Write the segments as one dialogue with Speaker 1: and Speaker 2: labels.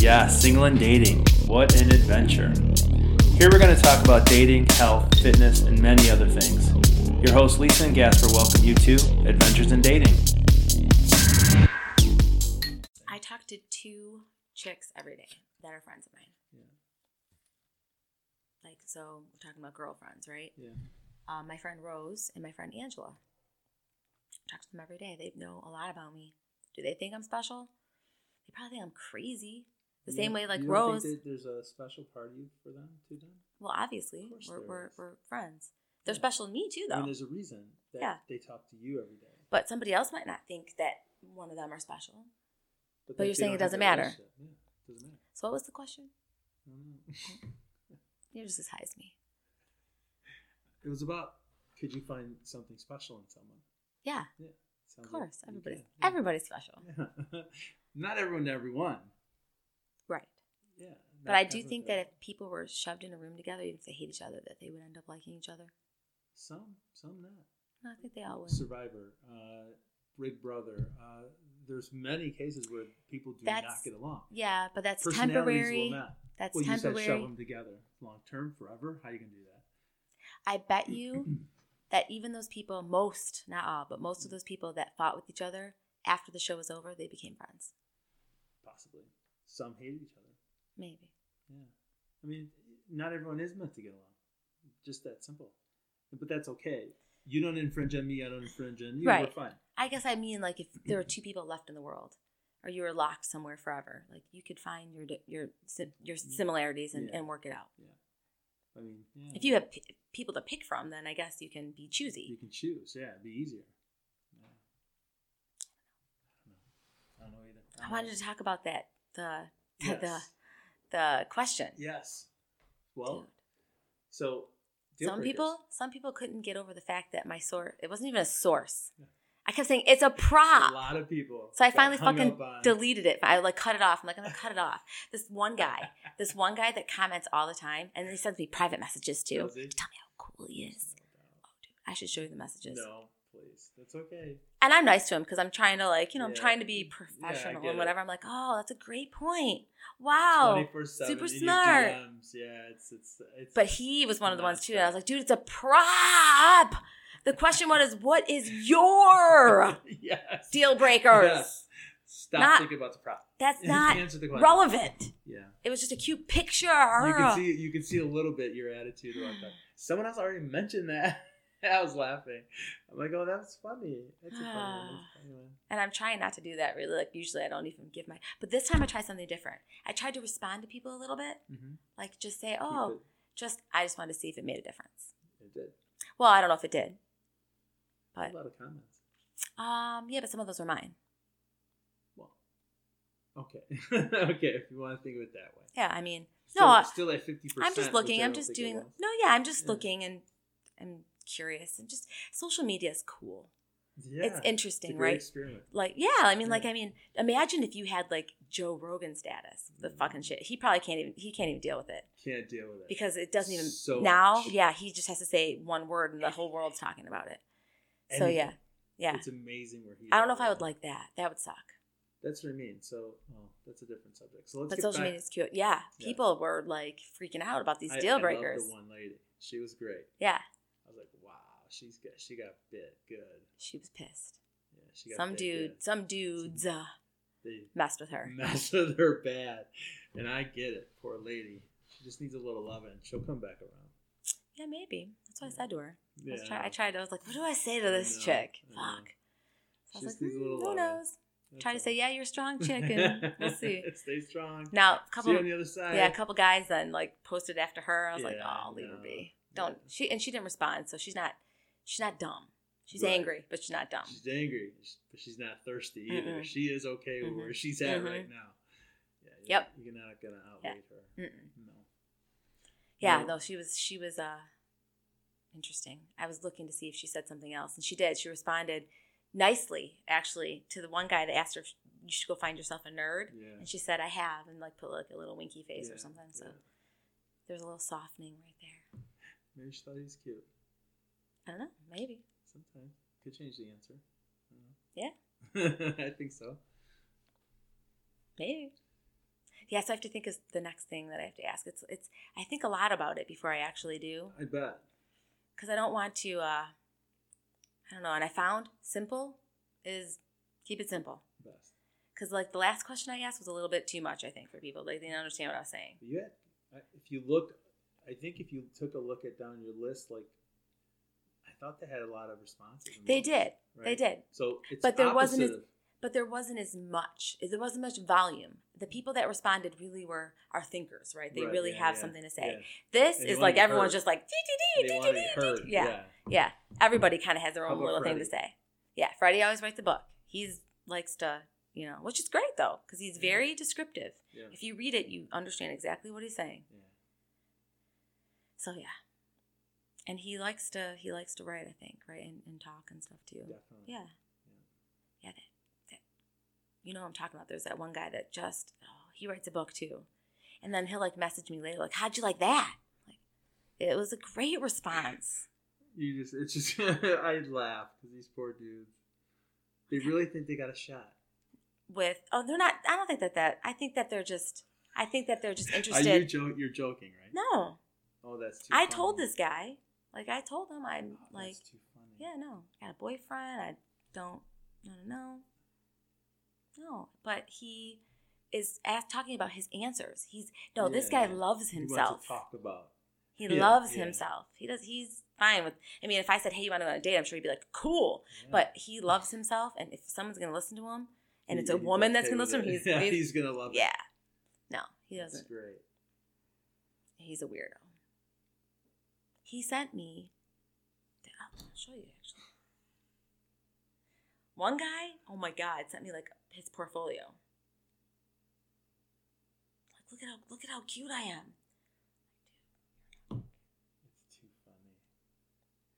Speaker 1: Yeah, single and dating. What an adventure. Here we're going to talk about dating, health, fitness, and many other things. Your hosts, Lisa and Gasper, welcome you to Adventures in Dating.
Speaker 2: I talk to two chicks every day that are friends of mine. Like, so we're talking about girlfriends, right?
Speaker 1: Yeah.
Speaker 2: Um, my friend Rose and my friend Angela. I talk to them every day. They know a lot about me. Do they think I'm special? They probably think I'm crazy. The same way, like Rose.
Speaker 3: there's a special party for them to them.
Speaker 2: well, obviously,
Speaker 3: Of course
Speaker 2: we're,
Speaker 3: there
Speaker 2: we're,
Speaker 3: is.
Speaker 2: we're friends. They're
Speaker 3: Yeah.
Speaker 2: special to me too,
Speaker 3: I
Speaker 2: though.
Speaker 3: mean, there's a reason that
Speaker 2: Yeah.
Speaker 3: they talk to you every day.
Speaker 2: but somebody else might not think that one of them are special. But
Speaker 3: they-
Speaker 2: you're
Speaker 3: they
Speaker 2: saying
Speaker 3: don't
Speaker 2: it
Speaker 3: have
Speaker 2: doesn't
Speaker 3: that
Speaker 2: matter.
Speaker 3: relationship. Yeah, it doesn't matter.
Speaker 2: So, what was the question?
Speaker 3: I don't know.
Speaker 2: You're just as high as me.
Speaker 3: it was about could you find something special in someone?
Speaker 2: Yeah,
Speaker 3: Yeah, sounds
Speaker 2: of
Speaker 3: like
Speaker 2: course.
Speaker 3: you
Speaker 2: Everybody's
Speaker 3: can. Yeah.
Speaker 2: everybody's special,
Speaker 3: Yeah. Not everyone to everyone.
Speaker 2: right?
Speaker 3: Yeah.
Speaker 2: But
Speaker 3: not
Speaker 2: I do
Speaker 3: everyone
Speaker 2: think
Speaker 3: to
Speaker 2: that if
Speaker 3: everyone.
Speaker 2: people were shoved in a room together, even if they hate each other, that they would end up liking each other.
Speaker 3: some some not.
Speaker 2: No, I think they all would.
Speaker 3: Survivor, uh, Big Brother. Uh, there's many cases where people do
Speaker 2: That's
Speaker 3: not get along.
Speaker 2: Yeah, but that's
Speaker 3: Personalities
Speaker 2: temporary.
Speaker 3: Will not.
Speaker 2: That's
Speaker 3: well, you said shove
Speaker 2: temporary.
Speaker 3: them together, long term, forever. How you gonna do that?
Speaker 2: I bet you that even those people, most, not all, but most of those people that fought with each other after the show was over, they became friends.
Speaker 3: Possibly, some hate each other.
Speaker 2: Maybe.
Speaker 3: Yeah, I mean, not everyone is meant to get along. Just that simple. But that's okay. You don't infringe on me. I don't infringe on you.
Speaker 2: Right.
Speaker 3: We're fine.
Speaker 2: I guess I mean like if there were two people left in the world, or you were locked somewhere forever, like you could find your di- your si- your similarities and,
Speaker 3: Mm. Yeah. Mm.
Speaker 2: and work it out.
Speaker 3: I mean, yeah,
Speaker 2: If you have p- people to pick from, then I guess you can be choosy.
Speaker 3: you can choose. Yeah, it'd be easier. Yeah. I don't know. I don't know either.
Speaker 2: I wanted to talk about that the the the,
Speaker 3: Yes.
Speaker 2: the question.
Speaker 3: Yes.
Speaker 2: Dude.
Speaker 3: Well, so deal
Speaker 2: some
Speaker 3: breakers.
Speaker 2: people some people couldn't get over the fact that my source it wasn't even a source.
Speaker 3: Yeah.
Speaker 2: I kept saying it's a
Speaker 3: a
Speaker 2: prop.
Speaker 3: lot of people.
Speaker 2: So I
Speaker 3: got
Speaker 2: finally
Speaker 3: hung
Speaker 2: fucking
Speaker 3: up on-
Speaker 2: deleted it. I like cut it off. I'm like, I'm gonna cut it off. This one guy, this one guy that comments all the time, and he sends me private messages too. Tell
Speaker 3: Does
Speaker 2: me
Speaker 3: he?
Speaker 2: how cool he is. Oh, dude, I should show you the messages.
Speaker 3: No, please. That's okay.
Speaker 2: And I'm nice to him because I'm trying to like, you know, I'm
Speaker 3: Yeah.
Speaker 2: trying to be
Speaker 3: Yeah, I
Speaker 2: professional
Speaker 3: get it.
Speaker 2: and whatever. I'm like, oh, that's a great point. Wow.
Speaker 3: 24/7
Speaker 2: Oh, super
Speaker 3: in your
Speaker 2: smart.
Speaker 3: DMs. Yeah, it's, it's it's.
Speaker 2: But he was one of the ones
Speaker 3: Nice
Speaker 2: too. And I
Speaker 3: guy.
Speaker 2: was like, dude, it's a prop. The question was, is what is your
Speaker 3: yes.
Speaker 2: deal breakers?
Speaker 3: Yes. Stop
Speaker 2: Not-
Speaker 3: thinking about the prop.
Speaker 2: That's not
Speaker 3: answer the question.
Speaker 2: relevant.
Speaker 3: Yeah.
Speaker 2: It was just a cute picture.
Speaker 3: You can see you can see a little bit your attitude about that. Someone else already mentioned that. I was laughing. I'm like, oh, that's funny. That's a funny one. That's a funny one.
Speaker 2: and I'm trying not to do that really. Like usually I don't even give my but this time I tried something different. I tried to respond to people a little bit.
Speaker 3: Mhm.
Speaker 2: Like just say, Oh, just I just wanted to see if it made a difference.
Speaker 3: It, it did.
Speaker 2: Well, I don't know if it did. But
Speaker 3: A lot of comments.
Speaker 2: um yeah, but some of those were mine.
Speaker 3: Well, okay, okay. If you want to think of it that way.
Speaker 2: Yeah, I mean
Speaker 3: Still-
Speaker 2: I-
Speaker 3: still at fifty percent.
Speaker 2: I'm just looking, I'm just doing no yeah, I'm just
Speaker 3: Yeah.
Speaker 2: looking and I'm curious and just social media is cool.
Speaker 3: Yeah.
Speaker 2: It's interesting,
Speaker 3: a great
Speaker 2: right?
Speaker 3: Experiment.
Speaker 2: Like yeah, I mean, like
Speaker 3: Yeah.
Speaker 2: I mean, imagine if you had like Joe Rogan status, the
Speaker 3: Mm.
Speaker 2: fucking shit. He probably can't even he can't even deal with it.
Speaker 3: Can't deal with it.
Speaker 2: because it doesn't even
Speaker 3: So
Speaker 2: now.
Speaker 3: much.
Speaker 2: Yeah, he just has to say one word and the whole world's talking about it. So
Speaker 3: And
Speaker 2: yeah, yeah.
Speaker 3: It's amazing where he.
Speaker 2: I don't know if I
Speaker 3: is.
Speaker 2: would like that. That would suck.
Speaker 3: That's what I mean. So oh, that's a different subject. So let's
Speaker 2: But
Speaker 3: get
Speaker 2: social
Speaker 3: back.
Speaker 2: media is cute. Yeah,
Speaker 3: Yeah.
Speaker 2: people were like freaking out about these
Speaker 3: I- I
Speaker 2: deal
Speaker 3: love
Speaker 2: breakers.
Speaker 3: the one lady, she was great.
Speaker 2: Yeah,
Speaker 3: I was like, wow, she's got she got bit good.
Speaker 2: she was pissed.
Speaker 3: Yeah, she got
Speaker 2: some
Speaker 3: bit
Speaker 2: dude,
Speaker 3: good.
Speaker 2: some dudes uh,
Speaker 3: They
Speaker 2: messed with her.
Speaker 3: mess with her bad, and I get it. Poor lady. She just needs a little loving. She'll come back around.
Speaker 2: Yeah, maybe that's what I said to her. I,
Speaker 3: Yeah,
Speaker 2: was try- I tried. I was like, what do I say to
Speaker 3: I
Speaker 2: this
Speaker 3: know,
Speaker 2: chick?
Speaker 3: I know.
Speaker 2: Fuck. So I
Speaker 3: She
Speaker 2: was
Speaker 3: just
Speaker 2: like,
Speaker 3: needs a little
Speaker 2: "Hmm, who
Speaker 3: loving.
Speaker 2: knows?
Speaker 3: That's
Speaker 2: Try to
Speaker 3: all.
Speaker 2: say, yeah, you're a strong chick, and we'll see.
Speaker 3: Stay strong.
Speaker 2: Now, a couple
Speaker 3: see you
Speaker 2: of
Speaker 3: on the other side.
Speaker 2: Yeah, a couple guys then like posted after her. I was like,
Speaker 3: Yeah,
Speaker 2: oh, leave her
Speaker 3: no,
Speaker 2: be.
Speaker 3: no.
Speaker 2: Don't she and she didn't respond, so she's not she's not dumb. She's
Speaker 3: Right.
Speaker 2: angry, but she's not dumb.
Speaker 3: She's angry, but she's not thirsty either.
Speaker 2: Mm-mm.
Speaker 3: She is okay with
Speaker 2: Mhm.
Speaker 3: where she's at
Speaker 2: Mhm.
Speaker 3: right now. Yeah, you're,
Speaker 2: Yep.
Speaker 3: You're not gonna
Speaker 2: Yeah.
Speaker 3: outweigh her.
Speaker 2: Mm-mm.
Speaker 3: No.
Speaker 2: Yeah,
Speaker 3: No.
Speaker 2: no, she was she was uh interesting. I was looking to see if she said something else, and she did. She responded nicely, actually, to the one guy that asked her if you should go find yourself a nerd,
Speaker 3: Yeah.
Speaker 2: and she said, "I have," and like put like a little winky face
Speaker 3: Yeah,
Speaker 2: or something. So
Speaker 3: yeah.
Speaker 2: there's a little softening right there.
Speaker 3: Maybe she thought he was cute.
Speaker 2: I don't know, maybe.
Speaker 3: Sometimes could change the answer. I don't know. I think so.
Speaker 2: Maybe. Yeah, so I have to think is the next thing that I have to ask. It's it's I think a lot about it before I actually do
Speaker 3: I bet.
Speaker 2: because I don't want to. uh I don't know. And I found simple is keep it simple
Speaker 3: Best.
Speaker 2: because like the last question I asked was a little bit too much. I think for people like they didn't understand what I was saying.
Speaker 3: But you had, I- if you look, I think if you took a look at down your list, like I thought they had a lot of responses. in
Speaker 2: They
Speaker 3: there,
Speaker 2: did, they
Speaker 3: right?
Speaker 2: did,
Speaker 3: So it's
Speaker 2: But there wasn't
Speaker 3: opposite of-
Speaker 2: but there wasn't as much. There wasn't much volume. The people that responded really were our thinkers, right? They
Speaker 3: Right,
Speaker 2: really
Speaker 3: yeah,
Speaker 2: have
Speaker 3: yeah,
Speaker 2: something to say.
Speaker 3: yeah.
Speaker 2: This
Speaker 3: And they
Speaker 2: is
Speaker 3: wanna
Speaker 2: like
Speaker 3: be
Speaker 2: everyone's
Speaker 3: heard.
Speaker 2: just like dee dee
Speaker 3: They
Speaker 2: dee
Speaker 3: want to
Speaker 2: dee
Speaker 3: be
Speaker 2: dee
Speaker 3: heard.
Speaker 2: dee.
Speaker 3: Yeah.
Speaker 2: Yeah, yeah. Everybody kind of has their
Speaker 3: How
Speaker 2: own
Speaker 3: about
Speaker 2: little thing to
Speaker 3: Freddie?
Speaker 2: say. Yeah, Freddie always writes a book. He's likes to, you know, which is great though because he's
Speaker 3: Yeah.
Speaker 2: very descriptive.
Speaker 3: Yeah.
Speaker 2: If you read it, you understand exactly what he's saying.
Speaker 3: yeah.
Speaker 2: So yeah, and he likes to he likes to write, I think, right, and, and talk and stuff too.
Speaker 3: Definitely.
Speaker 2: Yeah. Yeah, that, that you know what I'm talking about. There's that one guy that just oh, he writes a book too. And then he'll like message me later, like, How'd you like that? Like it was a great response.
Speaker 3: You just, it's just, I laugh because these poor dudes, they really think they got a shot.
Speaker 2: With oh, they're not I don't think that that I think that they're just I think that they're just
Speaker 3: Are you
Speaker 2: interested.
Speaker 3: jo- you're joking, right?
Speaker 2: No.
Speaker 3: Oh, that's too
Speaker 2: I
Speaker 3: funny.
Speaker 2: told this guy. Like I told him
Speaker 3: Oh,
Speaker 2: I'm like
Speaker 3: that's too funny.
Speaker 2: Yeah, no. I got a boyfriend. I don't, no, no, no. No, but he is ask, talking about his answers. He's no, this
Speaker 3: Yeah.
Speaker 2: guy loves
Speaker 3: He wants to
Speaker 2: himself.
Speaker 3: talk about.
Speaker 2: He
Speaker 3: Yeah,
Speaker 2: loves
Speaker 3: yeah.
Speaker 2: himself. He does. He's fine with. I mean, if I said, "Hey, you want to go on a date?" I'm sure he'd be like, "Cool."
Speaker 3: Yeah.
Speaker 2: But he loves himself, and if someone's gonna listen to him, and
Speaker 3: He-
Speaker 2: it's a
Speaker 3: he's
Speaker 2: woman that's
Speaker 3: okay
Speaker 2: gonna
Speaker 3: with
Speaker 2: listen to him,
Speaker 3: it.
Speaker 2: he's,
Speaker 3: yeah,
Speaker 2: he's-
Speaker 3: he's gonna love it.
Speaker 2: yeah. No, he
Speaker 3: That's
Speaker 2: doesn't.
Speaker 3: great.
Speaker 2: He's a weirdo. He sent me. I'll show you actually. One guy, oh my god, sent me like his portfolio. Like, look at how look at how cute I am.
Speaker 3: It's too funny.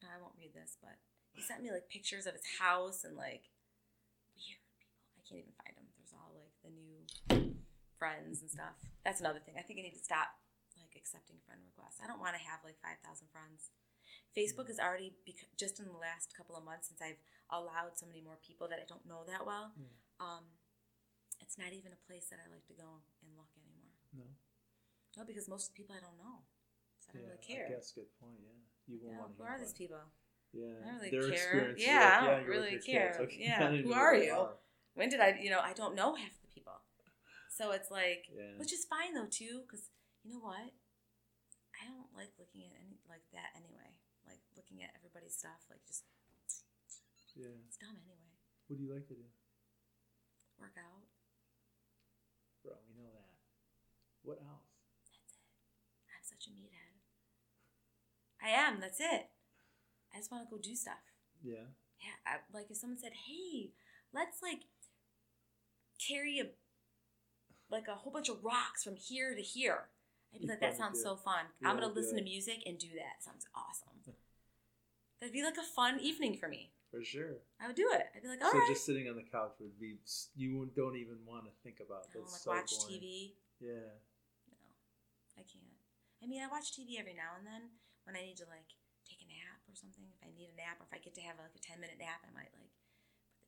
Speaker 2: No, I won't read this, but he sent me like pictures of his house and like weird people. I can't even find them. There's all like the new friends and stuff. That's another thing. I think I need to stop like accepting friend requests. I don't want to have like 5,000 friends. Facebook is already bec- just in the last couple of months since I've allowed so many more people that I don't know that well.
Speaker 3: Yeah.
Speaker 2: Um, it's not even a place that I like to go and look anymore.
Speaker 3: No.
Speaker 2: No, because most of the people I don't know. So I don't
Speaker 3: yeah,
Speaker 2: really care.
Speaker 3: That's good point. Yeah. You won't
Speaker 2: Yeah,
Speaker 3: want to
Speaker 2: who are these people?
Speaker 3: Yeah.
Speaker 2: I don't really
Speaker 3: their
Speaker 2: care.
Speaker 3: experience, you're
Speaker 2: Yeah, I
Speaker 3: like,
Speaker 2: don't
Speaker 3: you're with
Speaker 2: really
Speaker 3: your kids,
Speaker 2: care.
Speaker 3: okay, I
Speaker 2: Yeah,
Speaker 3: didn't
Speaker 2: who
Speaker 3: even know
Speaker 2: are
Speaker 3: who they
Speaker 2: you? when did I, you know, I don't know half the people. So it's like,
Speaker 3: Yeah.
Speaker 2: which is fine though too, because you know what? I don't like looking at any like that anyway. Like looking at everybody's stuff, like just
Speaker 3: Yeah.
Speaker 2: it's dumb anyway.
Speaker 3: What do you like to do?
Speaker 2: Work out.
Speaker 3: Bro, we know that. What else?
Speaker 2: That's it. I'm such a meathead. I am. That's it. I just want to go do stuff.
Speaker 3: Yeah.
Speaker 2: Yeah, I, like if someone said, "Hey, let's like carry a like a whole bunch of rocks from here to here," I'd be
Speaker 3: You'd
Speaker 2: like, "That
Speaker 3: probably
Speaker 2: sounds
Speaker 3: do
Speaker 2: so fun.
Speaker 3: Yeah,
Speaker 2: I'm gonna
Speaker 3: I'd be
Speaker 2: listen to
Speaker 3: like-
Speaker 2: music and do that. Sounds awesome." That'd be like a fun evening for me.
Speaker 3: For sure.
Speaker 2: I would do it. I'd be like, "All
Speaker 3: so
Speaker 2: right."
Speaker 3: just sitting on the couch would be you won't- don't even want to think about.
Speaker 2: I
Speaker 3: That's
Speaker 2: don't like
Speaker 3: so
Speaker 2: watch
Speaker 3: boring.
Speaker 2: TV.
Speaker 3: Yeah.
Speaker 2: No, I can't. I mean, I watch TV every now and then when I need to like take a nap or something. If I need a nap or if I get to have like a ten minute nap, I might like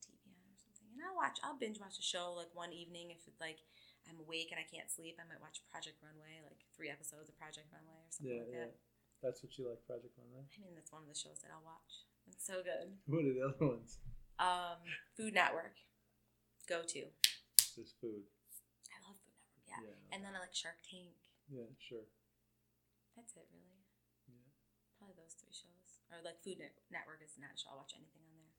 Speaker 2: put the TV on or something. And I'll watch. I'll binge watch a show like one evening if it's like I'm awake and I can't sleep. I might watch Project Runway, like three episodes of Project Runway or something
Speaker 3: Yeah,
Speaker 2: like
Speaker 3: yeah.
Speaker 2: that.
Speaker 3: That's what you like, Project Runway.
Speaker 2: I mean, that's one of the shows that I'll watch. It's so good.
Speaker 3: What are the other ones?
Speaker 2: Um, Food Network, go to.
Speaker 3: Just food.
Speaker 2: I love Food Network. Yeah. And then I like Shark Tank.
Speaker 3: yeah, sure.
Speaker 2: That's it, really.
Speaker 3: Yeah.
Speaker 2: Probably those three shows. Or like Food Net- Network is not a show. I'll watch anything on there.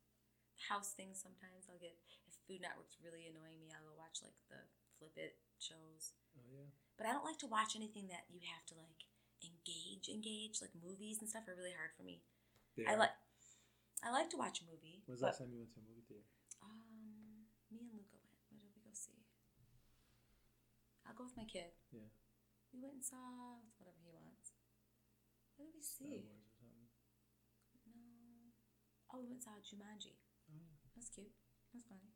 Speaker 2: House things sometimes I'll get. If Food Network's really annoying me, I'll go watch like the Flip It shows.
Speaker 3: Oh yeah.
Speaker 2: But I don't like to watch anything that you have to like engage, engage. Like movies and stuff are really hard for me.
Speaker 3: They
Speaker 2: I
Speaker 3: are.
Speaker 2: like. I like to watch a movie.
Speaker 3: When's the
Speaker 2: but,
Speaker 3: last time you went to a movie theater?
Speaker 2: um, me and Luca went. What did we go see? I'll go with my kid.
Speaker 3: Yeah.
Speaker 2: We went and saw whatever he wants. What did we
Speaker 3: Star
Speaker 2: see?
Speaker 3: Wars or something.
Speaker 2: No. Oh, we went and saw Jumanji.
Speaker 3: Oh, yeah.
Speaker 2: That was cute. That was funny.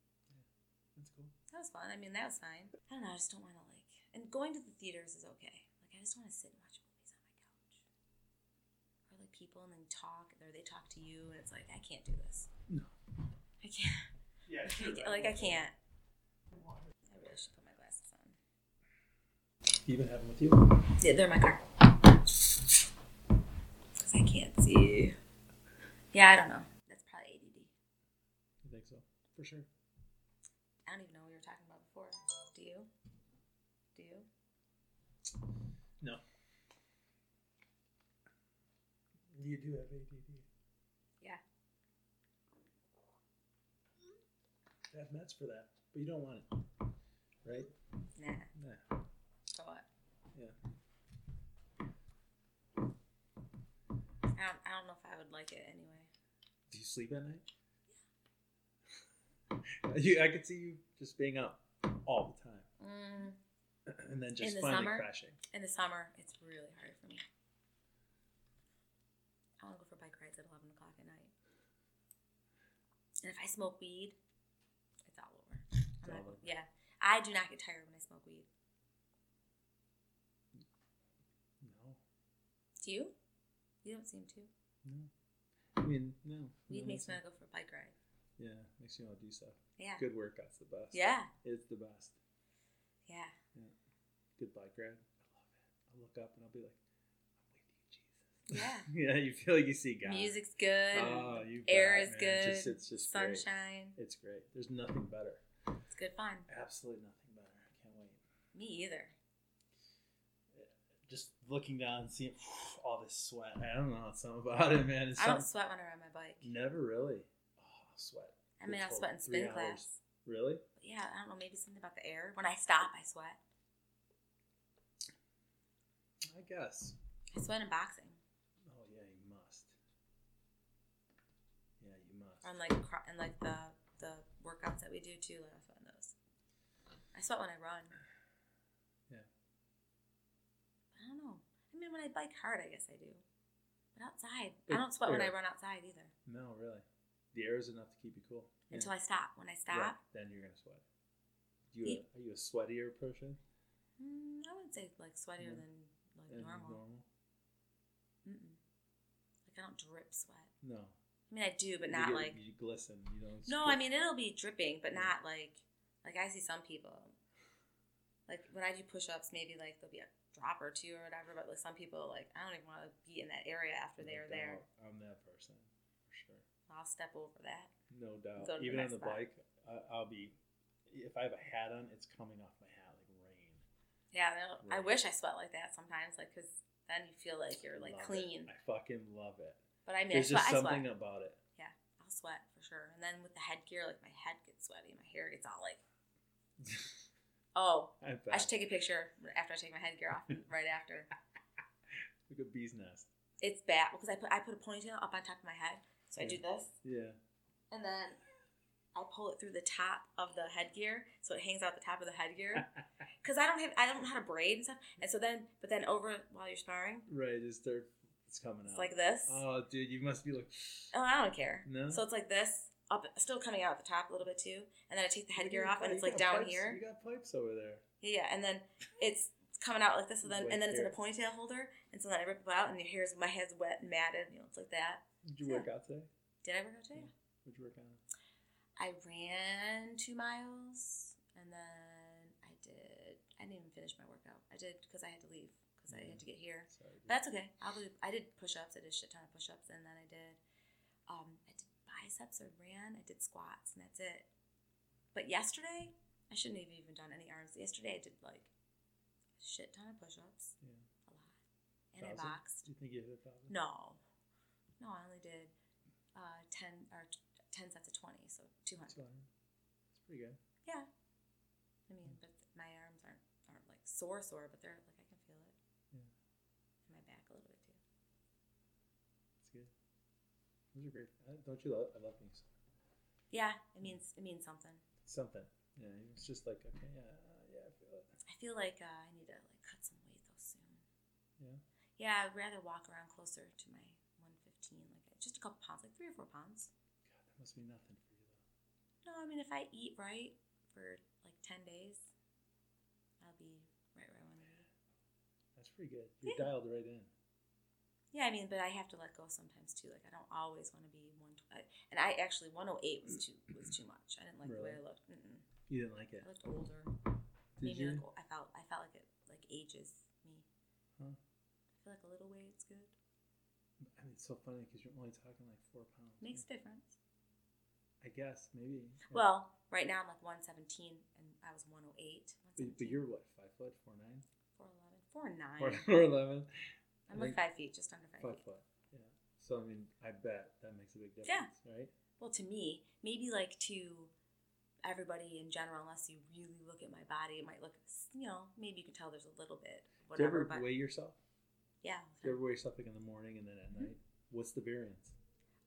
Speaker 3: That's cool.
Speaker 2: That was fun. I mean, that was fine. I don't know. I just don't want to like. And going to the theaters is okay. Like, I just want to sit and watch movies on my couch. Or like people and then talk, or they talk to you, and it's like I can't do this.
Speaker 3: No.
Speaker 2: I can't.
Speaker 1: Yeah,
Speaker 2: I can't- like I can't. I really should put my glasses on.
Speaker 3: You even have them with you?
Speaker 2: Yeah, they're in my car. 'Cause I can't see. Yeah, I don't know. That's probably ADD.
Speaker 3: I think so. For sure.
Speaker 2: I don't even know what we were talking about before. Do you? Do you?
Speaker 3: No. You do have ADD.
Speaker 2: Yeah.
Speaker 3: I have meds for that, but you don't want it, right?
Speaker 2: Nah.
Speaker 3: Nah.
Speaker 2: So what?
Speaker 3: Yeah.
Speaker 2: I don't, I don't know if I would like it anyway.
Speaker 3: Do you sleep at night? you, I could see you just being up all the time,
Speaker 2: Mm,
Speaker 3: and then just
Speaker 2: the
Speaker 3: finally
Speaker 2: summer?
Speaker 3: crashing.
Speaker 2: in the summer, it's really hard for me. I want to go for bike rides at 11 o'clock at night. And if I smoke weed, it's all over. I'm not,
Speaker 3: all over.
Speaker 2: yeah. I do not get tired when I smoke weed.
Speaker 3: No,
Speaker 2: Do you? You don't seem to.
Speaker 3: no. I mean, no.
Speaker 2: Weed
Speaker 3: no,
Speaker 2: makes
Speaker 3: it's
Speaker 2: me
Speaker 3: not-
Speaker 2: want to go for a bike ride.
Speaker 3: Yeah, makes you want to do stuff.
Speaker 2: Yeah.
Speaker 3: Good workout's the best.
Speaker 2: Yeah.
Speaker 3: it's the best.
Speaker 2: Yeah.
Speaker 3: Good bike ride. I love it. I'll look up and I'll be like, "I'm with you,
Speaker 2: Yeah.
Speaker 3: Jesus." yeah, you feel like you see God.
Speaker 2: Music's good.
Speaker 3: Oh, you
Speaker 2: Air
Speaker 3: bet,
Speaker 2: is
Speaker 3: man.
Speaker 2: good.
Speaker 3: Just- it's just great.
Speaker 2: sunshine.
Speaker 3: It's great. There's nothing better.
Speaker 2: It's good fun.
Speaker 3: Absolutely nothing better. I can't wait.
Speaker 2: Me either.
Speaker 3: Just looking down and seeing all this sweat. I don't know something about it, man. It's
Speaker 2: I don't
Speaker 3: something-
Speaker 2: sweat when I ride my bike.
Speaker 3: never really. Oh, I'll sweat.
Speaker 2: I mean,
Speaker 3: Good
Speaker 2: I'll
Speaker 3: for
Speaker 2: sweat in
Speaker 3: three
Speaker 2: spin
Speaker 3: hours.
Speaker 2: class.
Speaker 3: Really?
Speaker 2: But yeah, I don't know. Maybe something about the air. When I stop, I sweat.
Speaker 3: I guess.
Speaker 2: I sweat in boxing.
Speaker 3: Oh yeah, you must. Yeah, you must.
Speaker 2: Or in like cro- in like the the workouts that we do too. Like I sweat in those. I sweat when I run.
Speaker 3: Yeah.
Speaker 2: I don't know. I mean, when I bike hard, I guess I do. But outside,
Speaker 3: It-
Speaker 2: I don't sweat when I
Speaker 3: air.
Speaker 2: run outside either.
Speaker 3: no, really. The air is enough to keep you cool. Yeah.
Speaker 2: Until I stop. When I stop,
Speaker 3: Yeah, then you're gonna sweat. You
Speaker 2: Eat.
Speaker 3: a, are you a sweatier person
Speaker 2: mm, I wouldn't say like sweatier
Speaker 3: Mm.
Speaker 2: than like
Speaker 3: than
Speaker 2: normal.
Speaker 3: normal?
Speaker 2: Mm-mm. Like I don't drip sweat.
Speaker 3: No.
Speaker 2: I mean, I do, but
Speaker 3: You
Speaker 2: not
Speaker 3: get-
Speaker 2: like.
Speaker 3: you glisten. You don't.
Speaker 2: No,
Speaker 3: spit.
Speaker 2: I mean it'll be dripping, but
Speaker 3: Yeah.
Speaker 2: not like like I see some people. Like when I do push ups, maybe like there'll be a drop or two or whatever, but like some people like I don't even want to be in that area after
Speaker 3: No
Speaker 2: they are
Speaker 3: doubt.
Speaker 2: there.
Speaker 3: I'm that person for sure.
Speaker 2: I'll step over that.
Speaker 3: No doubt.
Speaker 2: Go to the
Speaker 3: Even on
Speaker 2: next
Speaker 3: the
Speaker 2: spot.
Speaker 3: bike, I, I'll be. If I have a hat on, it's coming off my hat like rain.
Speaker 2: Yeah, they'll- I
Speaker 3: Right.
Speaker 2: wish I sweat like that sometimes, like because then you feel like you're like
Speaker 3: Love it.
Speaker 2: clean.
Speaker 3: I fucking love it.
Speaker 2: But I mean, I
Speaker 3: There's
Speaker 2: sweat.
Speaker 3: just
Speaker 2: I sweat.
Speaker 3: something about it.
Speaker 2: I'll sweat for sure. And then with the headgear, like my head gets sweaty, my hair gets all like. Oh,
Speaker 3: I
Speaker 2: I
Speaker 3: bet.
Speaker 2: should take a picture after I take my headgear off. right after.
Speaker 3: Like a bee's nest.
Speaker 2: It's bad because I put I put a ponytail up on top of my head, so I do this,
Speaker 3: Yeah.
Speaker 2: and then I pull it through the top of the headgear, so it hangs out the top of the headgear. Because I don't have I don't know how to braid and stuff, and so then but then over while you're sparring,
Speaker 3: Right. Just there. It's coming
Speaker 2: it's
Speaker 3: out.
Speaker 2: like this.
Speaker 3: Oh,
Speaker 2: Oh,
Speaker 3: dude, you must be like.
Speaker 2: I don't care.
Speaker 3: No?
Speaker 2: So it's like this up, still coming out at the top a little bit too, and then I take the headgear off,
Speaker 3: You
Speaker 2: and it's like
Speaker 3: got
Speaker 2: down
Speaker 3: pipes-
Speaker 2: here.
Speaker 3: You got pipes over there.
Speaker 2: Yeah, yeah, and then it's coming out like this, so then
Speaker 3: Right
Speaker 2: and then it's in a
Speaker 3: here.
Speaker 2: ponytail holder, and so then I rip it out, and your hair's my head's wet and matted, you know, it's like that.
Speaker 3: Did you
Speaker 2: Yeah.
Speaker 3: work out today?
Speaker 2: Did I work out today?
Speaker 3: Would you work out?
Speaker 2: I ran two miles and then I did. I didn't even finish my workout. I did because I had to leave because I had to get here.
Speaker 3: Sorry. dude.
Speaker 2: But that's okay. I'll do, I did push ups. I did a shit ton of push ups and then I did. Um, I did biceps. I ran. I did squats and that's it. But yesterday, I shouldn't have even done any arms. Yesterday, I did like a shit ton of push ups,
Speaker 3: Yeah.
Speaker 2: a lot, and I
Speaker 3: Thousand?
Speaker 2: boxed.
Speaker 3: Do you think you hit a thousand?
Speaker 2: No, no, I only did uh, ten or t- ten sets of twenty, so two hundred.
Speaker 3: Two hundred. It's pretty good.
Speaker 2: Yeah. I mean, but th- my arms aren't aren't like sore sore, but they're like I can feel it.
Speaker 3: Yeah.
Speaker 2: And my back a little bit too.
Speaker 3: It's good. Those are great. I- Don't you love? I love things.
Speaker 2: Yeah, it means it means something.
Speaker 3: Something. Yeah. It's just like okay. Yeah. uh, Yeah. I feel it.
Speaker 2: I feel like uh, I need to like cut some weight though soon.
Speaker 3: Yeah.
Speaker 2: Yeah, I'd rather walk around closer to my 115, like uh, just a couple pounds, like three or four pounds.
Speaker 3: God, that must be nothing for you though.
Speaker 2: No, I mean if I eat right for like 10 days, I'll be right where I want to be.
Speaker 3: That's pretty good. You're
Speaker 2: Yeah.
Speaker 3: dialed right in.
Speaker 2: Yeah, I mean, but I have to let go sometimes too. Like I don't always want to be one. I- And I actually 108 was too was too much. I didn't like the way I looked. Mm-mm.
Speaker 3: You didn't like it,
Speaker 2: I looked older.
Speaker 3: did
Speaker 2: Maybe
Speaker 3: you?
Speaker 2: Like, o- I felt I felt like it like ages.
Speaker 3: It's so funny because you're only talking like four pounds.
Speaker 2: Makes a difference.
Speaker 3: I guess maybe.
Speaker 2: Well, right now I'm like 117 and I was 108.
Speaker 3: but, but you're what five foot, four nine,
Speaker 2: 411,
Speaker 3: four
Speaker 2: 4'9.
Speaker 3: four eleven,
Speaker 2: I'm like five feet, just under five,
Speaker 3: five
Speaker 2: feet.
Speaker 3: foot. Yeah. So I mean, I bet that makes a big difference,
Speaker 2: Yeah.
Speaker 3: right?
Speaker 2: Well, to me, maybe like to everybody in general, unless you really look at my body, it might look, you know, maybe you can tell there's a little bit,
Speaker 3: Do you
Speaker 2: whatever. But
Speaker 3: ever weigh yourself?
Speaker 2: yeah,
Speaker 3: Do you ever weigh yourself like in the morning and then at
Speaker 2: Mhm.
Speaker 3: night? What's the variance?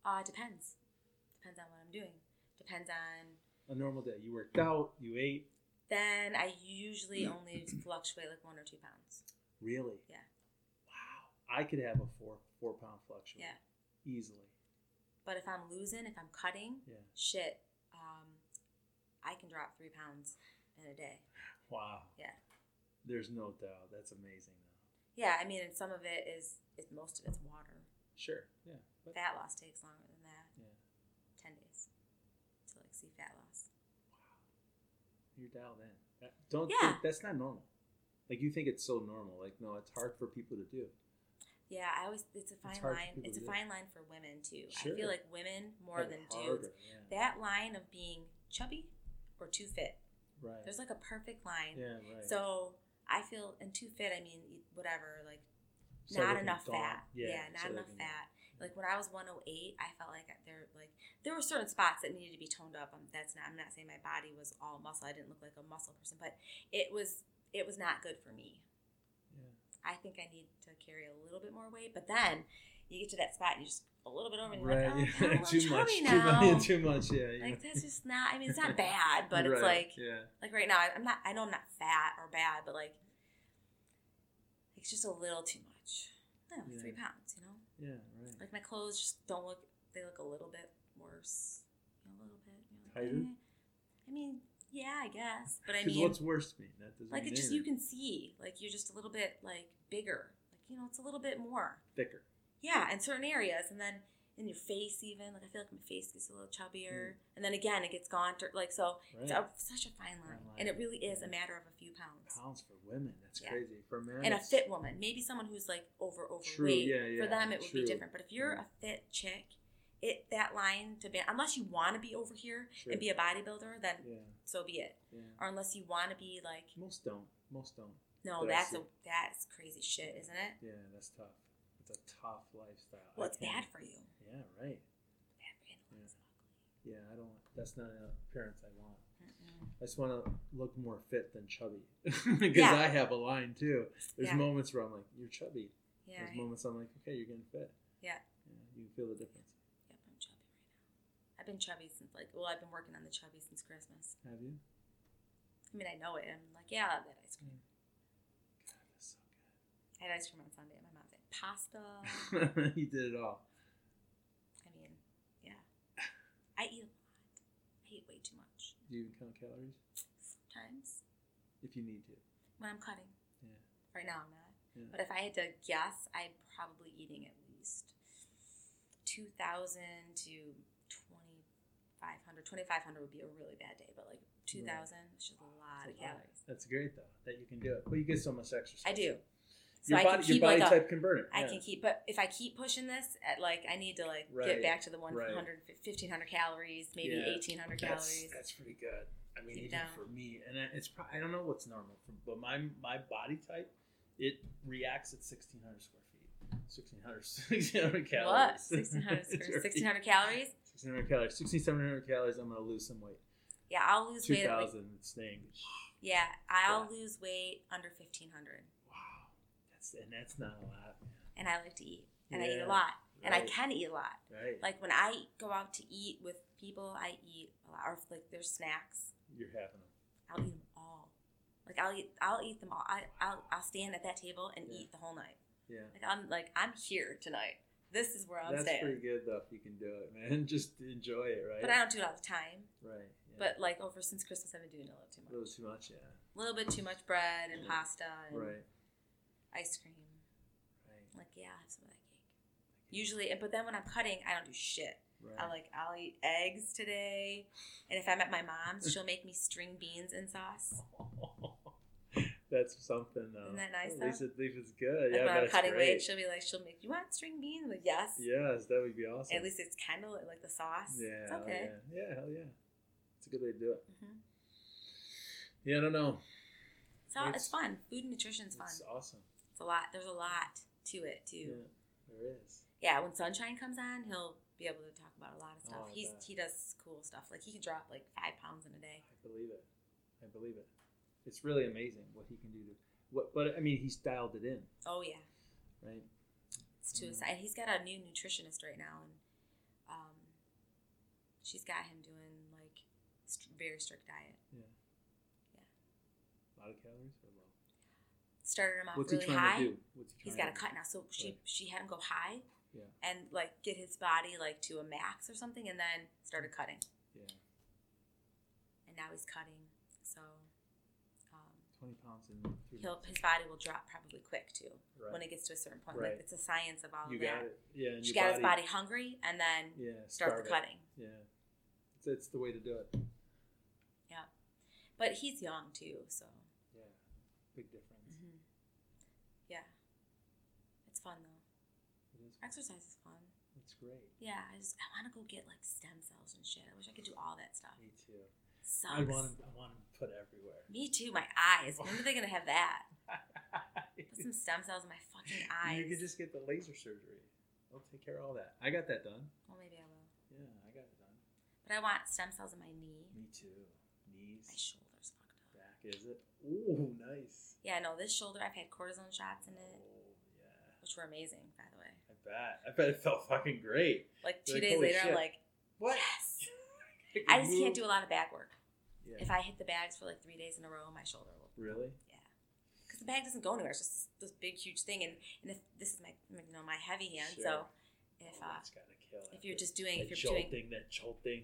Speaker 2: uh, depends. Depends on what I'm doing. Depends on.
Speaker 3: A normal day, you worked out, you ate.
Speaker 2: Then I usually only fluctuate like one or two pounds.
Speaker 3: Really?
Speaker 2: Yeah.
Speaker 3: Wow. I could have a four four pound fluctuation.
Speaker 2: Yeah.
Speaker 3: Easily.
Speaker 2: But if I'm losing, if I'm cutting,
Speaker 3: Yeah.
Speaker 2: shit, um, I can drop three pounds in a day.
Speaker 3: Wow.
Speaker 2: Yeah.
Speaker 3: There's no doubt. That's amazing. Though.
Speaker 2: Yeah, I mean, and some of it is, it, most of it's water.
Speaker 3: Sure. Yeah. But,
Speaker 2: Fat loss takes longer than that,
Speaker 3: yeah.
Speaker 2: 10 days to like see fat loss.
Speaker 3: You're dialed in. That, don't
Speaker 2: Yeah.
Speaker 3: think that's not normal. Like you think it's so normal. Like no, it's hard for people to do.
Speaker 2: Yeah, I always, it's a fine
Speaker 3: hard for
Speaker 2: line.
Speaker 3: people
Speaker 2: It's a
Speaker 3: to do.
Speaker 2: fine line for women too. I
Speaker 3: Sure.
Speaker 2: feel like women more
Speaker 3: Like,
Speaker 2: than dudes.
Speaker 3: harder, Yeah.
Speaker 2: That line of being chubby or too fit,
Speaker 3: Right.
Speaker 2: there's like a perfect line.
Speaker 3: yeah. Right.
Speaker 2: So I feel, and too fit, I mean, eat whatever, like
Speaker 3: So they
Speaker 2: not
Speaker 3: can
Speaker 2: enough
Speaker 3: daunt-
Speaker 2: fat. Yeah, not
Speaker 3: so they
Speaker 2: enough
Speaker 3: can-
Speaker 2: fat. Like when I was 108, I felt like there, like there were certain spots that needed to be toned up. Um, that's not. I'm not saying my body was all muscle. I didn't look like a muscle person, but it was. It was not good for me.
Speaker 3: Yeah.
Speaker 2: I think I need to carry a little bit more weight. But then you get to that spot, and you just a little bit over, and you're
Speaker 3: Right.
Speaker 2: like, oh,
Speaker 3: yeah.
Speaker 2: I'm a little
Speaker 3: too much.
Speaker 2: chubby
Speaker 3: Too
Speaker 2: now.
Speaker 3: much. Too much. Yeah. yeah.
Speaker 2: Like that's just not. I mean, it's not bad, but it's
Speaker 3: Right,
Speaker 2: like
Speaker 3: yeah.
Speaker 2: like right now I- i'm not i know i'm not fat or bad but like it's just a little too much I don't know, three pounds you know
Speaker 3: Yeah. Right.
Speaker 2: like my clothes just don't look they look a little bit worse you know, a little bit you know,
Speaker 3: Tighter?
Speaker 2: eh. i mean yeah i guess but i
Speaker 3: 'Cause
Speaker 2: mean
Speaker 3: what's worse to me? That doesn't
Speaker 2: like
Speaker 3: mean
Speaker 2: it just you
Speaker 3: anything.
Speaker 2: can see like you're just a little bit like bigger like you know it's a little bit more
Speaker 3: thicker.
Speaker 2: yeah in certain areas and then in your face even like i feel like my face gets a little
Speaker 3: Mm.
Speaker 2: chubbier and then again it gets gaunter like so
Speaker 3: Right.
Speaker 2: it's a, such a fine line,
Speaker 3: Fine line.
Speaker 2: and it really is a matter of a few pounds.
Speaker 3: pounds for women. That's
Speaker 2: Yeah.
Speaker 3: crazy. For men,
Speaker 2: And a
Speaker 3: it's-
Speaker 2: fit woman, maybe someone who's like over overweight,
Speaker 3: True, yeah,
Speaker 2: for
Speaker 3: yeah,
Speaker 2: them it would
Speaker 3: true. Mm-hmm.
Speaker 2: be different. But if you're a fit chick, it that line to be unless you want to be over here
Speaker 3: Sure.
Speaker 2: and be a bodybuilder, then
Speaker 3: Yeah,
Speaker 2: so be it.
Speaker 3: yeah.
Speaker 2: Or unless you want to be like,
Speaker 3: Most don't. Most don't.
Speaker 2: no,
Speaker 3: But I
Speaker 2: that's
Speaker 3: see.
Speaker 2: a that's crazy shit, isn't it?
Speaker 3: Yeah, that's tough. It's a tough lifestyle. I
Speaker 2: Well, it's bad
Speaker 3: can't-
Speaker 2: for you.
Speaker 3: Yeah, right.
Speaker 2: Bad for you.
Speaker 3: Yeah. Yeah, I don't. That's not an appearance I want.
Speaker 2: Mm-mm.
Speaker 3: I just want to look more fit than chubby because
Speaker 2: Yeah.
Speaker 3: I have a line too. There's
Speaker 2: Yeah.
Speaker 3: moments where I'm like, you're chubby.
Speaker 2: Yeah,
Speaker 3: There's
Speaker 2: I-
Speaker 3: moments I'm like, okay, you're getting fit.
Speaker 2: Yeah.
Speaker 3: yeah you can feel the difference.
Speaker 2: yep, I'm chubby right now. I've been chubby since like, well, I've been working on the chubby since Christmas.
Speaker 3: Have you?
Speaker 2: I mean, I know it. and I'm like, yeah, I love that ice cream.
Speaker 3: God, that's so good.
Speaker 2: I had ice cream on Sunday. My mom said pasta. I
Speaker 3: you did it all.
Speaker 2: mean, yeah. I eat a lot. I eat way too much
Speaker 3: Do you even count calories
Speaker 2: sometimes
Speaker 3: if you need to?
Speaker 2: when I'm cutting.
Speaker 3: Yeah.
Speaker 2: Right now I'm not.
Speaker 3: Yeah.
Speaker 2: But if I had to guess, I'm probably eating at least 2,000 to 2,500. 2,500 would be a really bad day, but like 2,000, which is a lot of
Speaker 3: Wow,
Speaker 2: calories.
Speaker 3: That's great though that you can do it. But you get so much exercise.
Speaker 2: I do. So
Speaker 3: your
Speaker 2: I
Speaker 3: body,
Speaker 2: can keep
Speaker 3: your body
Speaker 2: like a
Speaker 3: type can burn it.
Speaker 2: I
Speaker 3: yeah.
Speaker 2: can keep, but if I keep pushing this, at like I need to like
Speaker 3: Right,
Speaker 2: get back to the one
Speaker 3: right.
Speaker 2: hundred, fifteen hundred 1,500 calories, maybe
Speaker 3: Yeah,
Speaker 2: 1,800
Speaker 3: That's,
Speaker 2: calories.
Speaker 3: that's pretty good. I mean,
Speaker 2: Keep
Speaker 3: even
Speaker 2: down.
Speaker 3: for me, and I- it's pro- I don't know what's normal, for, but my my body type it reacts at sixteen hundred square feet, 1600, 1600 calories.
Speaker 2: What? 1,600 squares, 1,600 calories?
Speaker 3: Sixteen hundred calories, sixteen seven hundred calories. I'm gonna lose some weight.
Speaker 2: Yeah, I'll lose
Speaker 3: Two
Speaker 2: weight. at, Like,
Speaker 3: thousand, it's staying.
Speaker 2: yeah, I'll
Speaker 3: Yeah.
Speaker 2: lose weight under 1,500.
Speaker 3: Wow, that's and that's not a lot.
Speaker 2: And I like to eat. And I eat
Speaker 3: Yeah,
Speaker 2: a lot. And I
Speaker 3: right,
Speaker 2: can eat a lot.
Speaker 3: Right,
Speaker 2: Like when I go out to eat with people, I eat a lot. Or if, like there's snacks,
Speaker 3: you're having them.
Speaker 2: I'll eat them all. Like I'll eat, I'll eat them all. I, I'll, I'll stand at that table and
Speaker 3: Yeah.
Speaker 2: eat the whole night.
Speaker 3: Yeah.
Speaker 2: Like I'm like I'm here tonight. This is where I'm
Speaker 3: That's
Speaker 2: staying.
Speaker 3: pretty good though if you can do it, man. Just enjoy it, right?
Speaker 2: But I don't do it all the time.
Speaker 3: right. Yeah.
Speaker 2: But like over since Christmas, I've been doing a little too
Speaker 3: a little
Speaker 2: much.
Speaker 3: too much, yeah.
Speaker 2: A little bit too much bread and
Speaker 3: Yeah.
Speaker 2: pasta and
Speaker 3: Right.
Speaker 2: ice cream.
Speaker 3: Right.
Speaker 2: Like yeah, I have some of that cake. Usually, but then when I'm cutting, I don't do shit.
Speaker 3: Right.
Speaker 2: I like I'll eat eggs today, and if I'm at my mom's, she'll make me string beans and sauce.
Speaker 3: That's something though.
Speaker 2: Isn't that nice,
Speaker 3: At
Speaker 2: though?
Speaker 3: least, at least it's good.
Speaker 2: like
Speaker 3: yeah,
Speaker 2: when I'm
Speaker 3: that's
Speaker 2: cutting
Speaker 3: great.
Speaker 2: weight, she'll be like, she'll make you want string beans. I'm like, yes.
Speaker 3: Yes, that would be awesome.
Speaker 2: At least it's kind of like, like the sauce.
Speaker 3: Yeah.
Speaker 2: It's
Speaker 3: hell
Speaker 2: okay.
Speaker 3: Yeah. yeah. Hell yeah. It's a good way to do it.
Speaker 2: Mhm.
Speaker 3: Yeah, I don't know.
Speaker 2: It's, all,
Speaker 3: It's-
Speaker 2: it's, fun. Food and nutrition's fun.
Speaker 3: It's awesome.
Speaker 2: It's a lot. There's a lot to it too.
Speaker 3: Yeah, there is.
Speaker 2: yeah, when sunshine comes on, he'll be able to talk about a lot of stuff.
Speaker 3: Oh, I
Speaker 2: He's
Speaker 3: bet.
Speaker 2: he does cool stuff. Like he can drop like five pounds in a day.
Speaker 3: I believe it. I believe it. It's really amazing what he can do. To, what, but I mean, he's dialed it in,
Speaker 2: Oh yeah,
Speaker 3: right?
Speaker 2: it's too
Speaker 3: Mm.
Speaker 2: exciting. He's got a new nutritionist right now, and um, she's got him doing like st- very strict diet.
Speaker 3: A lot of calories or low.
Speaker 2: Started him off
Speaker 3: What's
Speaker 2: really
Speaker 3: he trying to
Speaker 2: high.
Speaker 3: do? What's he
Speaker 2: He's
Speaker 3: trying
Speaker 2: got to cut now, so she
Speaker 3: Right.
Speaker 2: she had him go high.
Speaker 3: Yeah.
Speaker 2: And like get his body like to a max or something, and then started cutting,
Speaker 3: do? Yeah,
Speaker 2: and now he's cutting. So um,
Speaker 3: twenty pounds in three
Speaker 2: he'll
Speaker 3: months.
Speaker 2: his body will drop probably quick too.
Speaker 3: Right.
Speaker 2: when it gets to a certain point.
Speaker 3: Right.
Speaker 2: Like it's a science of all
Speaker 3: you
Speaker 2: of that.
Speaker 3: got it. Yeah, and
Speaker 2: She
Speaker 3: your
Speaker 2: got his body hungry and then
Speaker 3: Yeah,
Speaker 2: start
Speaker 3: starve
Speaker 2: the
Speaker 3: it.
Speaker 2: cutting.
Speaker 3: Yeah, it's, it's the way to do it.
Speaker 2: But he's young too, so
Speaker 3: Yeah, big difference.
Speaker 2: yeah, it's fun though.
Speaker 3: It is.
Speaker 2: Exercise is fun.
Speaker 3: It's great.
Speaker 2: Yeah, I just I want to go get like stem cells and shit. I wish I could do all that stuff.
Speaker 3: Me too. I
Speaker 2: Sucks.
Speaker 3: want. 'em- I want 'em put everywhere.
Speaker 2: Me too. My eyes. When are they gonna have that? Put some stem cells in my fucking eyes.
Speaker 3: You could just get the laser surgery. They'll take care of all that. I got that done.
Speaker 2: Well, maybe I will.
Speaker 3: Yeah, I got it done.
Speaker 2: But I want stem cells in my knee.
Speaker 3: Me too.
Speaker 2: My
Speaker 3: Knees,
Speaker 2: shoulder's fucked up.
Speaker 3: back, is it? Ooh, nice.
Speaker 2: Yeah, no, this shoulder. I've had cortisone shots in it,
Speaker 3: Oh, yeah.
Speaker 2: which were amazing, by the way.
Speaker 3: I bet. I bet it felt fucking great.
Speaker 2: Like two
Speaker 3: Like,
Speaker 2: days
Speaker 3: holy
Speaker 2: later, I'm
Speaker 3: shit.
Speaker 2: like,
Speaker 3: What?
Speaker 2: yes. I just can't do a lot of bag work.
Speaker 3: Yeah.
Speaker 2: If I hit the bags for like three days in a row, my shoulder will.
Speaker 3: really?
Speaker 2: Because the bag doesn't go anywhere. It's just this, this big, huge thing. And, and if this is my, you know, my heavy hand.
Speaker 3: Sure.
Speaker 2: So if
Speaker 3: oh,
Speaker 2: uh,
Speaker 3: that's gotta kill.
Speaker 2: if you're
Speaker 3: after
Speaker 2: just doing,
Speaker 3: that
Speaker 2: if you're
Speaker 3: jolting,
Speaker 2: doing,
Speaker 3: that jolting.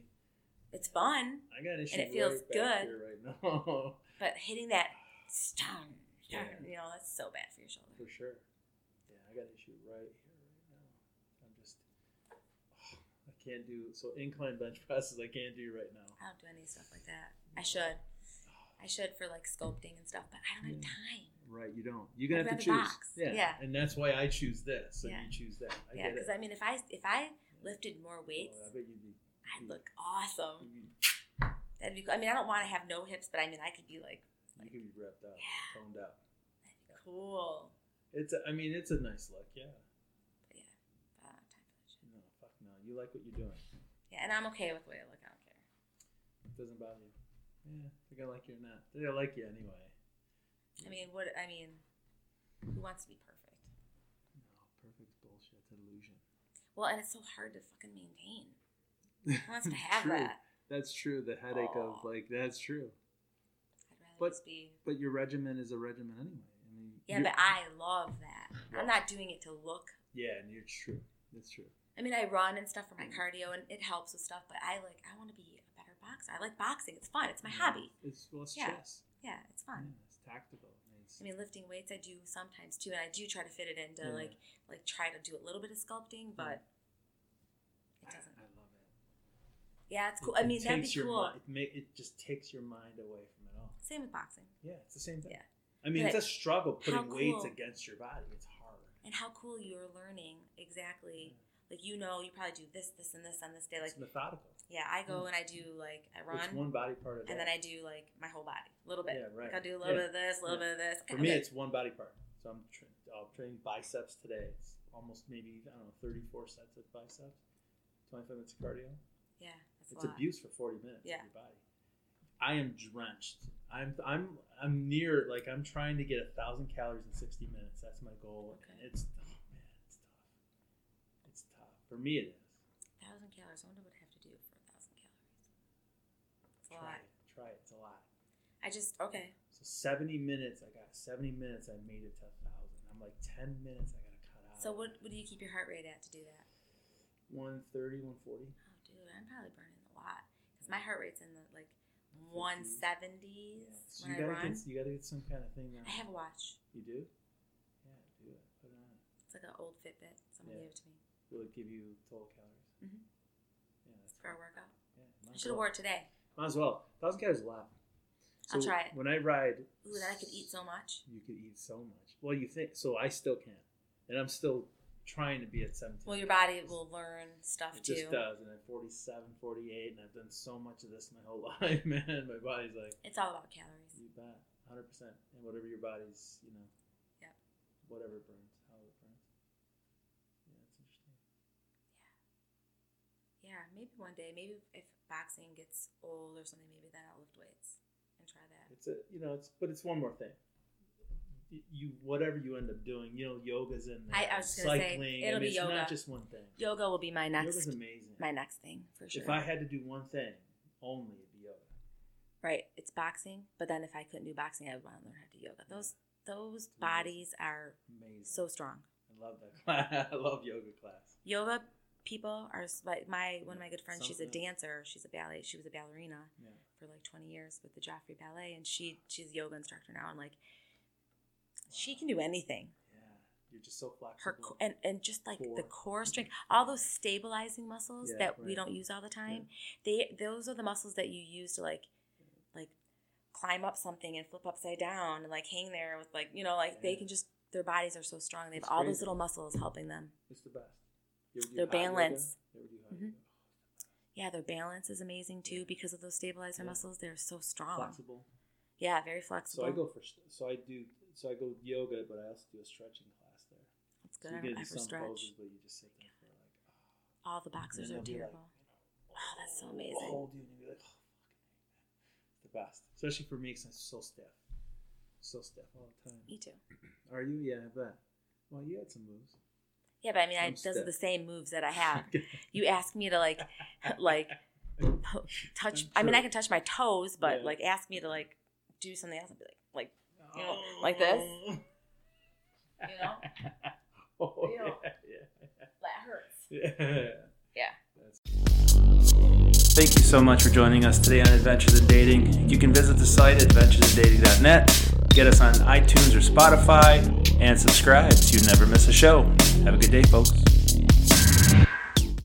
Speaker 2: it's fun.
Speaker 3: I got an issue.
Speaker 2: it feels
Speaker 3: right back here right now.
Speaker 2: But hitting that stone,
Speaker 3: Yeah.
Speaker 2: you know, that's so bad for your shoulder.
Speaker 3: For sure. Yeah, I got an issue right here right now. I'm just. I can't do so incline bench presses. I can't do right now.
Speaker 2: I don't do any stuff like that. I should. I should for like sculpting and stuff, but I don't have
Speaker 3: Yeah.
Speaker 2: time.
Speaker 3: Right, you don't. You're gonna
Speaker 2: I'd
Speaker 3: have to
Speaker 2: rather
Speaker 3: choose.
Speaker 2: box.
Speaker 3: Yeah.
Speaker 2: Yeah.
Speaker 3: and that's why I choose this, and
Speaker 2: Yeah.
Speaker 3: you choose that. I
Speaker 2: yeah,
Speaker 3: get it.
Speaker 2: because I mean, if I if I lifted more weights,
Speaker 3: Oh, I bet you'd be.
Speaker 2: I'd look awesome.
Speaker 3: You'd be,
Speaker 2: That'd be. cool. I mean, I don't want to have no hips, but I mean, I could be like,
Speaker 3: you could be wrapped up,
Speaker 2: Yeah.
Speaker 3: toned up.
Speaker 2: that'd be cool.
Speaker 3: It's. A, I mean, it's a nice look. Yeah.
Speaker 2: Uh, time for that shit.
Speaker 3: No, fuck no. You like what you're doing.
Speaker 2: Yeah, and I'm okay with the way I look. I don't care.
Speaker 3: It doesn't bother you. Yeah, they're gonna like you or not. They're gonna like you anyway.
Speaker 2: I mean, what I mean, who wants to be perfect?
Speaker 3: No, perfect bullshit. It's an illusion.
Speaker 2: Well, and it's so hard to fucking maintain. Who wants to have
Speaker 3: True.
Speaker 2: that?
Speaker 3: That's true. The headache of
Speaker 2: Aw.
Speaker 3: like that's true.
Speaker 2: I'd rather
Speaker 3: But-
Speaker 2: just be.
Speaker 3: But your regimen is a regimen anyway. I mean.
Speaker 2: Yeah,
Speaker 3: you're-
Speaker 2: but I love that. I'm not doing it to look.
Speaker 3: Yeah, and you're true. That's true.
Speaker 2: I mean, I run and stuff for my cardio, and it helps with stuff. But I like, I want to be a better boxer. I like boxing. It's fun. It's my
Speaker 3: Yeah.
Speaker 2: hobby.
Speaker 3: It's well, it's
Speaker 2: Yeah.
Speaker 3: chess.
Speaker 2: Yeah, it's
Speaker 3: Yeah,
Speaker 2: fun.
Speaker 3: it's tactical. I mean, it's-
Speaker 2: I mean, lifting weights I do sometimes too, and I do try to fit it into
Speaker 3: Yeah.
Speaker 2: like like try to do a little bit of sculpting, but it
Speaker 3: I-
Speaker 2: doesn't.
Speaker 3: I love it.
Speaker 2: Yeah, it's cool.
Speaker 3: It-
Speaker 2: I
Speaker 3: it
Speaker 2: mean, that'd be
Speaker 3: takes your
Speaker 2: cool.
Speaker 3: mi- it, ma- it just takes your mind away from it all.
Speaker 2: Same with boxing.
Speaker 3: Yeah, it's the same thing.
Speaker 2: Yeah.
Speaker 3: I mean,
Speaker 2: But
Speaker 3: it's a struggle putting weights
Speaker 2: cool.
Speaker 3: against your body. It's hard.
Speaker 2: And how cool you're learning exactly. Like you know, you probably do this, this, and this on this day. Like
Speaker 3: it's methodical.
Speaker 2: yeah, I go and I do like I
Speaker 3: It's
Speaker 2: run,
Speaker 3: one body part of
Speaker 2: and then I do like my whole body, a little bit.
Speaker 3: Yeah, right.
Speaker 2: Like I do a little
Speaker 3: Yeah.
Speaker 2: bit of this, a little bit of this.
Speaker 3: For
Speaker 2: kinda
Speaker 3: me,
Speaker 2: bit.
Speaker 3: it's one body part. So I'm tra- I'll train biceps today. It's almost maybe I don't know 34 sets of biceps, 25 minutes of cardio.
Speaker 2: yeah, that's
Speaker 3: It's
Speaker 2: a lot.
Speaker 3: abuse for 40 minutes
Speaker 2: Yeah.
Speaker 3: of your body. I am drenched. I'm I'm I'm near like I'm trying to get a thousand calories in 60 minutes. That's my goal.
Speaker 2: Okay.
Speaker 3: And it's oh man, it's tough. It's tough for me. It is.
Speaker 2: thousand calories. I wonder what I have to do for a thousand calories. It's a
Speaker 3: Try
Speaker 2: lot.
Speaker 3: it. Try it. It's a lot.
Speaker 2: I just okay.
Speaker 3: So 70 minutes. I got 70 minutes. I made it to a thousand. I'm like 10 minutes. I gotta cut out.
Speaker 2: So what what do you keep your heart rate at to do that?
Speaker 3: 130, 140.
Speaker 2: Oh, dude, I'm probably burning a lot because my heart rate's in the like 170s
Speaker 3: So
Speaker 2: when
Speaker 3: you
Speaker 2: I
Speaker 3: gotta
Speaker 2: run.
Speaker 3: get you gotta get some kind of thing.
Speaker 2: I
Speaker 3: Now.
Speaker 2: have a watch.
Speaker 3: You do? Yeah, do it. Put it on.
Speaker 2: It's like an old Fitbit. Someone
Speaker 3: Yeah.
Speaker 2: gave it to me.
Speaker 3: Will it give you total calories?
Speaker 2: Mhm.
Speaker 3: Yeah, that's
Speaker 2: It's for a workout.
Speaker 3: Yeah, might
Speaker 2: I
Speaker 3: as
Speaker 2: should have
Speaker 3: well.
Speaker 2: wore it today.
Speaker 3: Might as well. Thousand calories is a lot.
Speaker 2: I'll try it.
Speaker 3: When I ride,
Speaker 2: Ooh, then I could eat so much.
Speaker 3: you could eat so much. Well, you think so? I still can, and I'm still trying to be at 17.
Speaker 2: Well, your body will learn stuff
Speaker 3: It
Speaker 2: too.
Speaker 3: just does, and I'm 47, 48, and I've done so much of this my whole life, man. My body's like,
Speaker 2: It's all about calories.
Speaker 3: you bet, 100, percent and whatever your body's, you know,
Speaker 2: Yeah.
Speaker 3: whatever it burns, how it burns. Yeah, it's interesting.
Speaker 2: Yeah, maybe one day, maybe if boxing gets old or something, maybe then I'll lift weights and try that.
Speaker 3: It's a, you know, it's but it's one more thing. Y- You whatever you end up doing, you know, yoga's in there.
Speaker 2: I- I was just gonna say,
Speaker 3: cycling. I
Speaker 2: it'll
Speaker 3: mean,
Speaker 2: be
Speaker 3: it's
Speaker 2: yoga.
Speaker 3: not just one thing.
Speaker 2: Yoga will be my next
Speaker 3: Yoga's amazing.
Speaker 2: my next thing for sure.
Speaker 3: If I had to do one thing only, it'd be yoga.
Speaker 2: right, it's boxing, but then if I couldn't do boxing, I would want to learn how to do yoga. Those those bodies are
Speaker 3: Amazing.
Speaker 2: so strong.
Speaker 3: I love that class. I love yoga class.
Speaker 2: Yoga people are s- like my one of my good friends. She's a
Speaker 3: Something.
Speaker 2: dancer. She's a ballet. She was a ballerina.
Speaker 3: Yeah.
Speaker 2: for like 20 years with the Joffrey Ballet, and she she's a yoga instructor now, and like she can do anything.
Speaker 3: Yeah. You're just so
Speaker 2: Her
Speaker 3: flexible.
Speaker 2: co- and and just like the
Speaker 3: Core.
Speaker 2: core strength, all those stabilizing muscles
Speaker 3: Yeah,
Speaker 2: that we
Speaker 3: right.
Speaker 2: don't use all the time. They those are the muscles that you use to like like climb up something and flip upside down and like hang there with like you know like they
Speaker 3: Yeah.
Speaker 2: can just their bodies are so strong. They have
Speaker 3: It's
Speaker 2: all those
Speaker 3: crazy.
Speaker 2: little muscles helping them.
Speaker 3: it's the best. You ever do
Speaker 2: Their
Speaker 3: hot yoga?
Speaker 2: balance.
Speaker 3: You ever do hot
Speaker 2: Mhm.
Speaker 3: yoga?
Speaker 2: Yeah, their balance is amazing too because of those stabilizer
Speaker 3: Yeah.
Speaker 2: muscles. They're so strong.
Speaker 3: Flexible.
Speaker 2: Yeah, very
Speaker 3: So
Speaker 2: flexible.
Speaker 3: I go for st- so I do so I go yoga, but I also do a stretching class there.
Speaker 2: it's good.
Speaker 3: so
Speaker 2: I
Speaker 3: you
Speaker 2: don't
Speaker 3: get
Speaker 2: ever
Speaker 3: into some
Speaker 2: stretch.
Speaker 3: poses, but you just sit there for like. Oh.
Speaker 2: All the boxers
Speaker 3: And
Speaker 2: are
Speaker 3: they'll be like,
Speaker 2: durable. Oh, that's so amazing.
Speaker 3: Oh, dude, you'd be like, oh, fucking, the best. Especially for me, because I'm so stiff, so stiff all the time.
Speaker 2: Me too.
Speaker 3: Are you? Yeah, I bet. Well, you had some moves.
Speaker 2: Yeah, but I mean, I,
Speaker 3: I'm
Speaker 2: those are the
Speaker 3: stiff.
Speaker 2: same moves that I have. You ask me to like, like, touch.
Speaker 3: I'm
Speaker 2: I mean, I
Speaker 3: true.
Speaker 2: can touch my toes, but
Speaker 3: Yeah.
Speaker 2: like, ask me to like do something else. I'd be like, You know, like this. like, you know,
Speaker 3: Oh,
Speaker 2: You know.
Speaker 3: yeah,
Speaker 2: that hurts.
Speaker 3: yeah, yeah.
Speaker 2: Yeah.
Speaker 3: That's
Speaker 1: Thank you so much for joining us today on Adventures in Dating. You can visit the site adventuresindating.net, get us on iTunes or Spotify, and subscribe so you never miss a show. Have a good day, folks.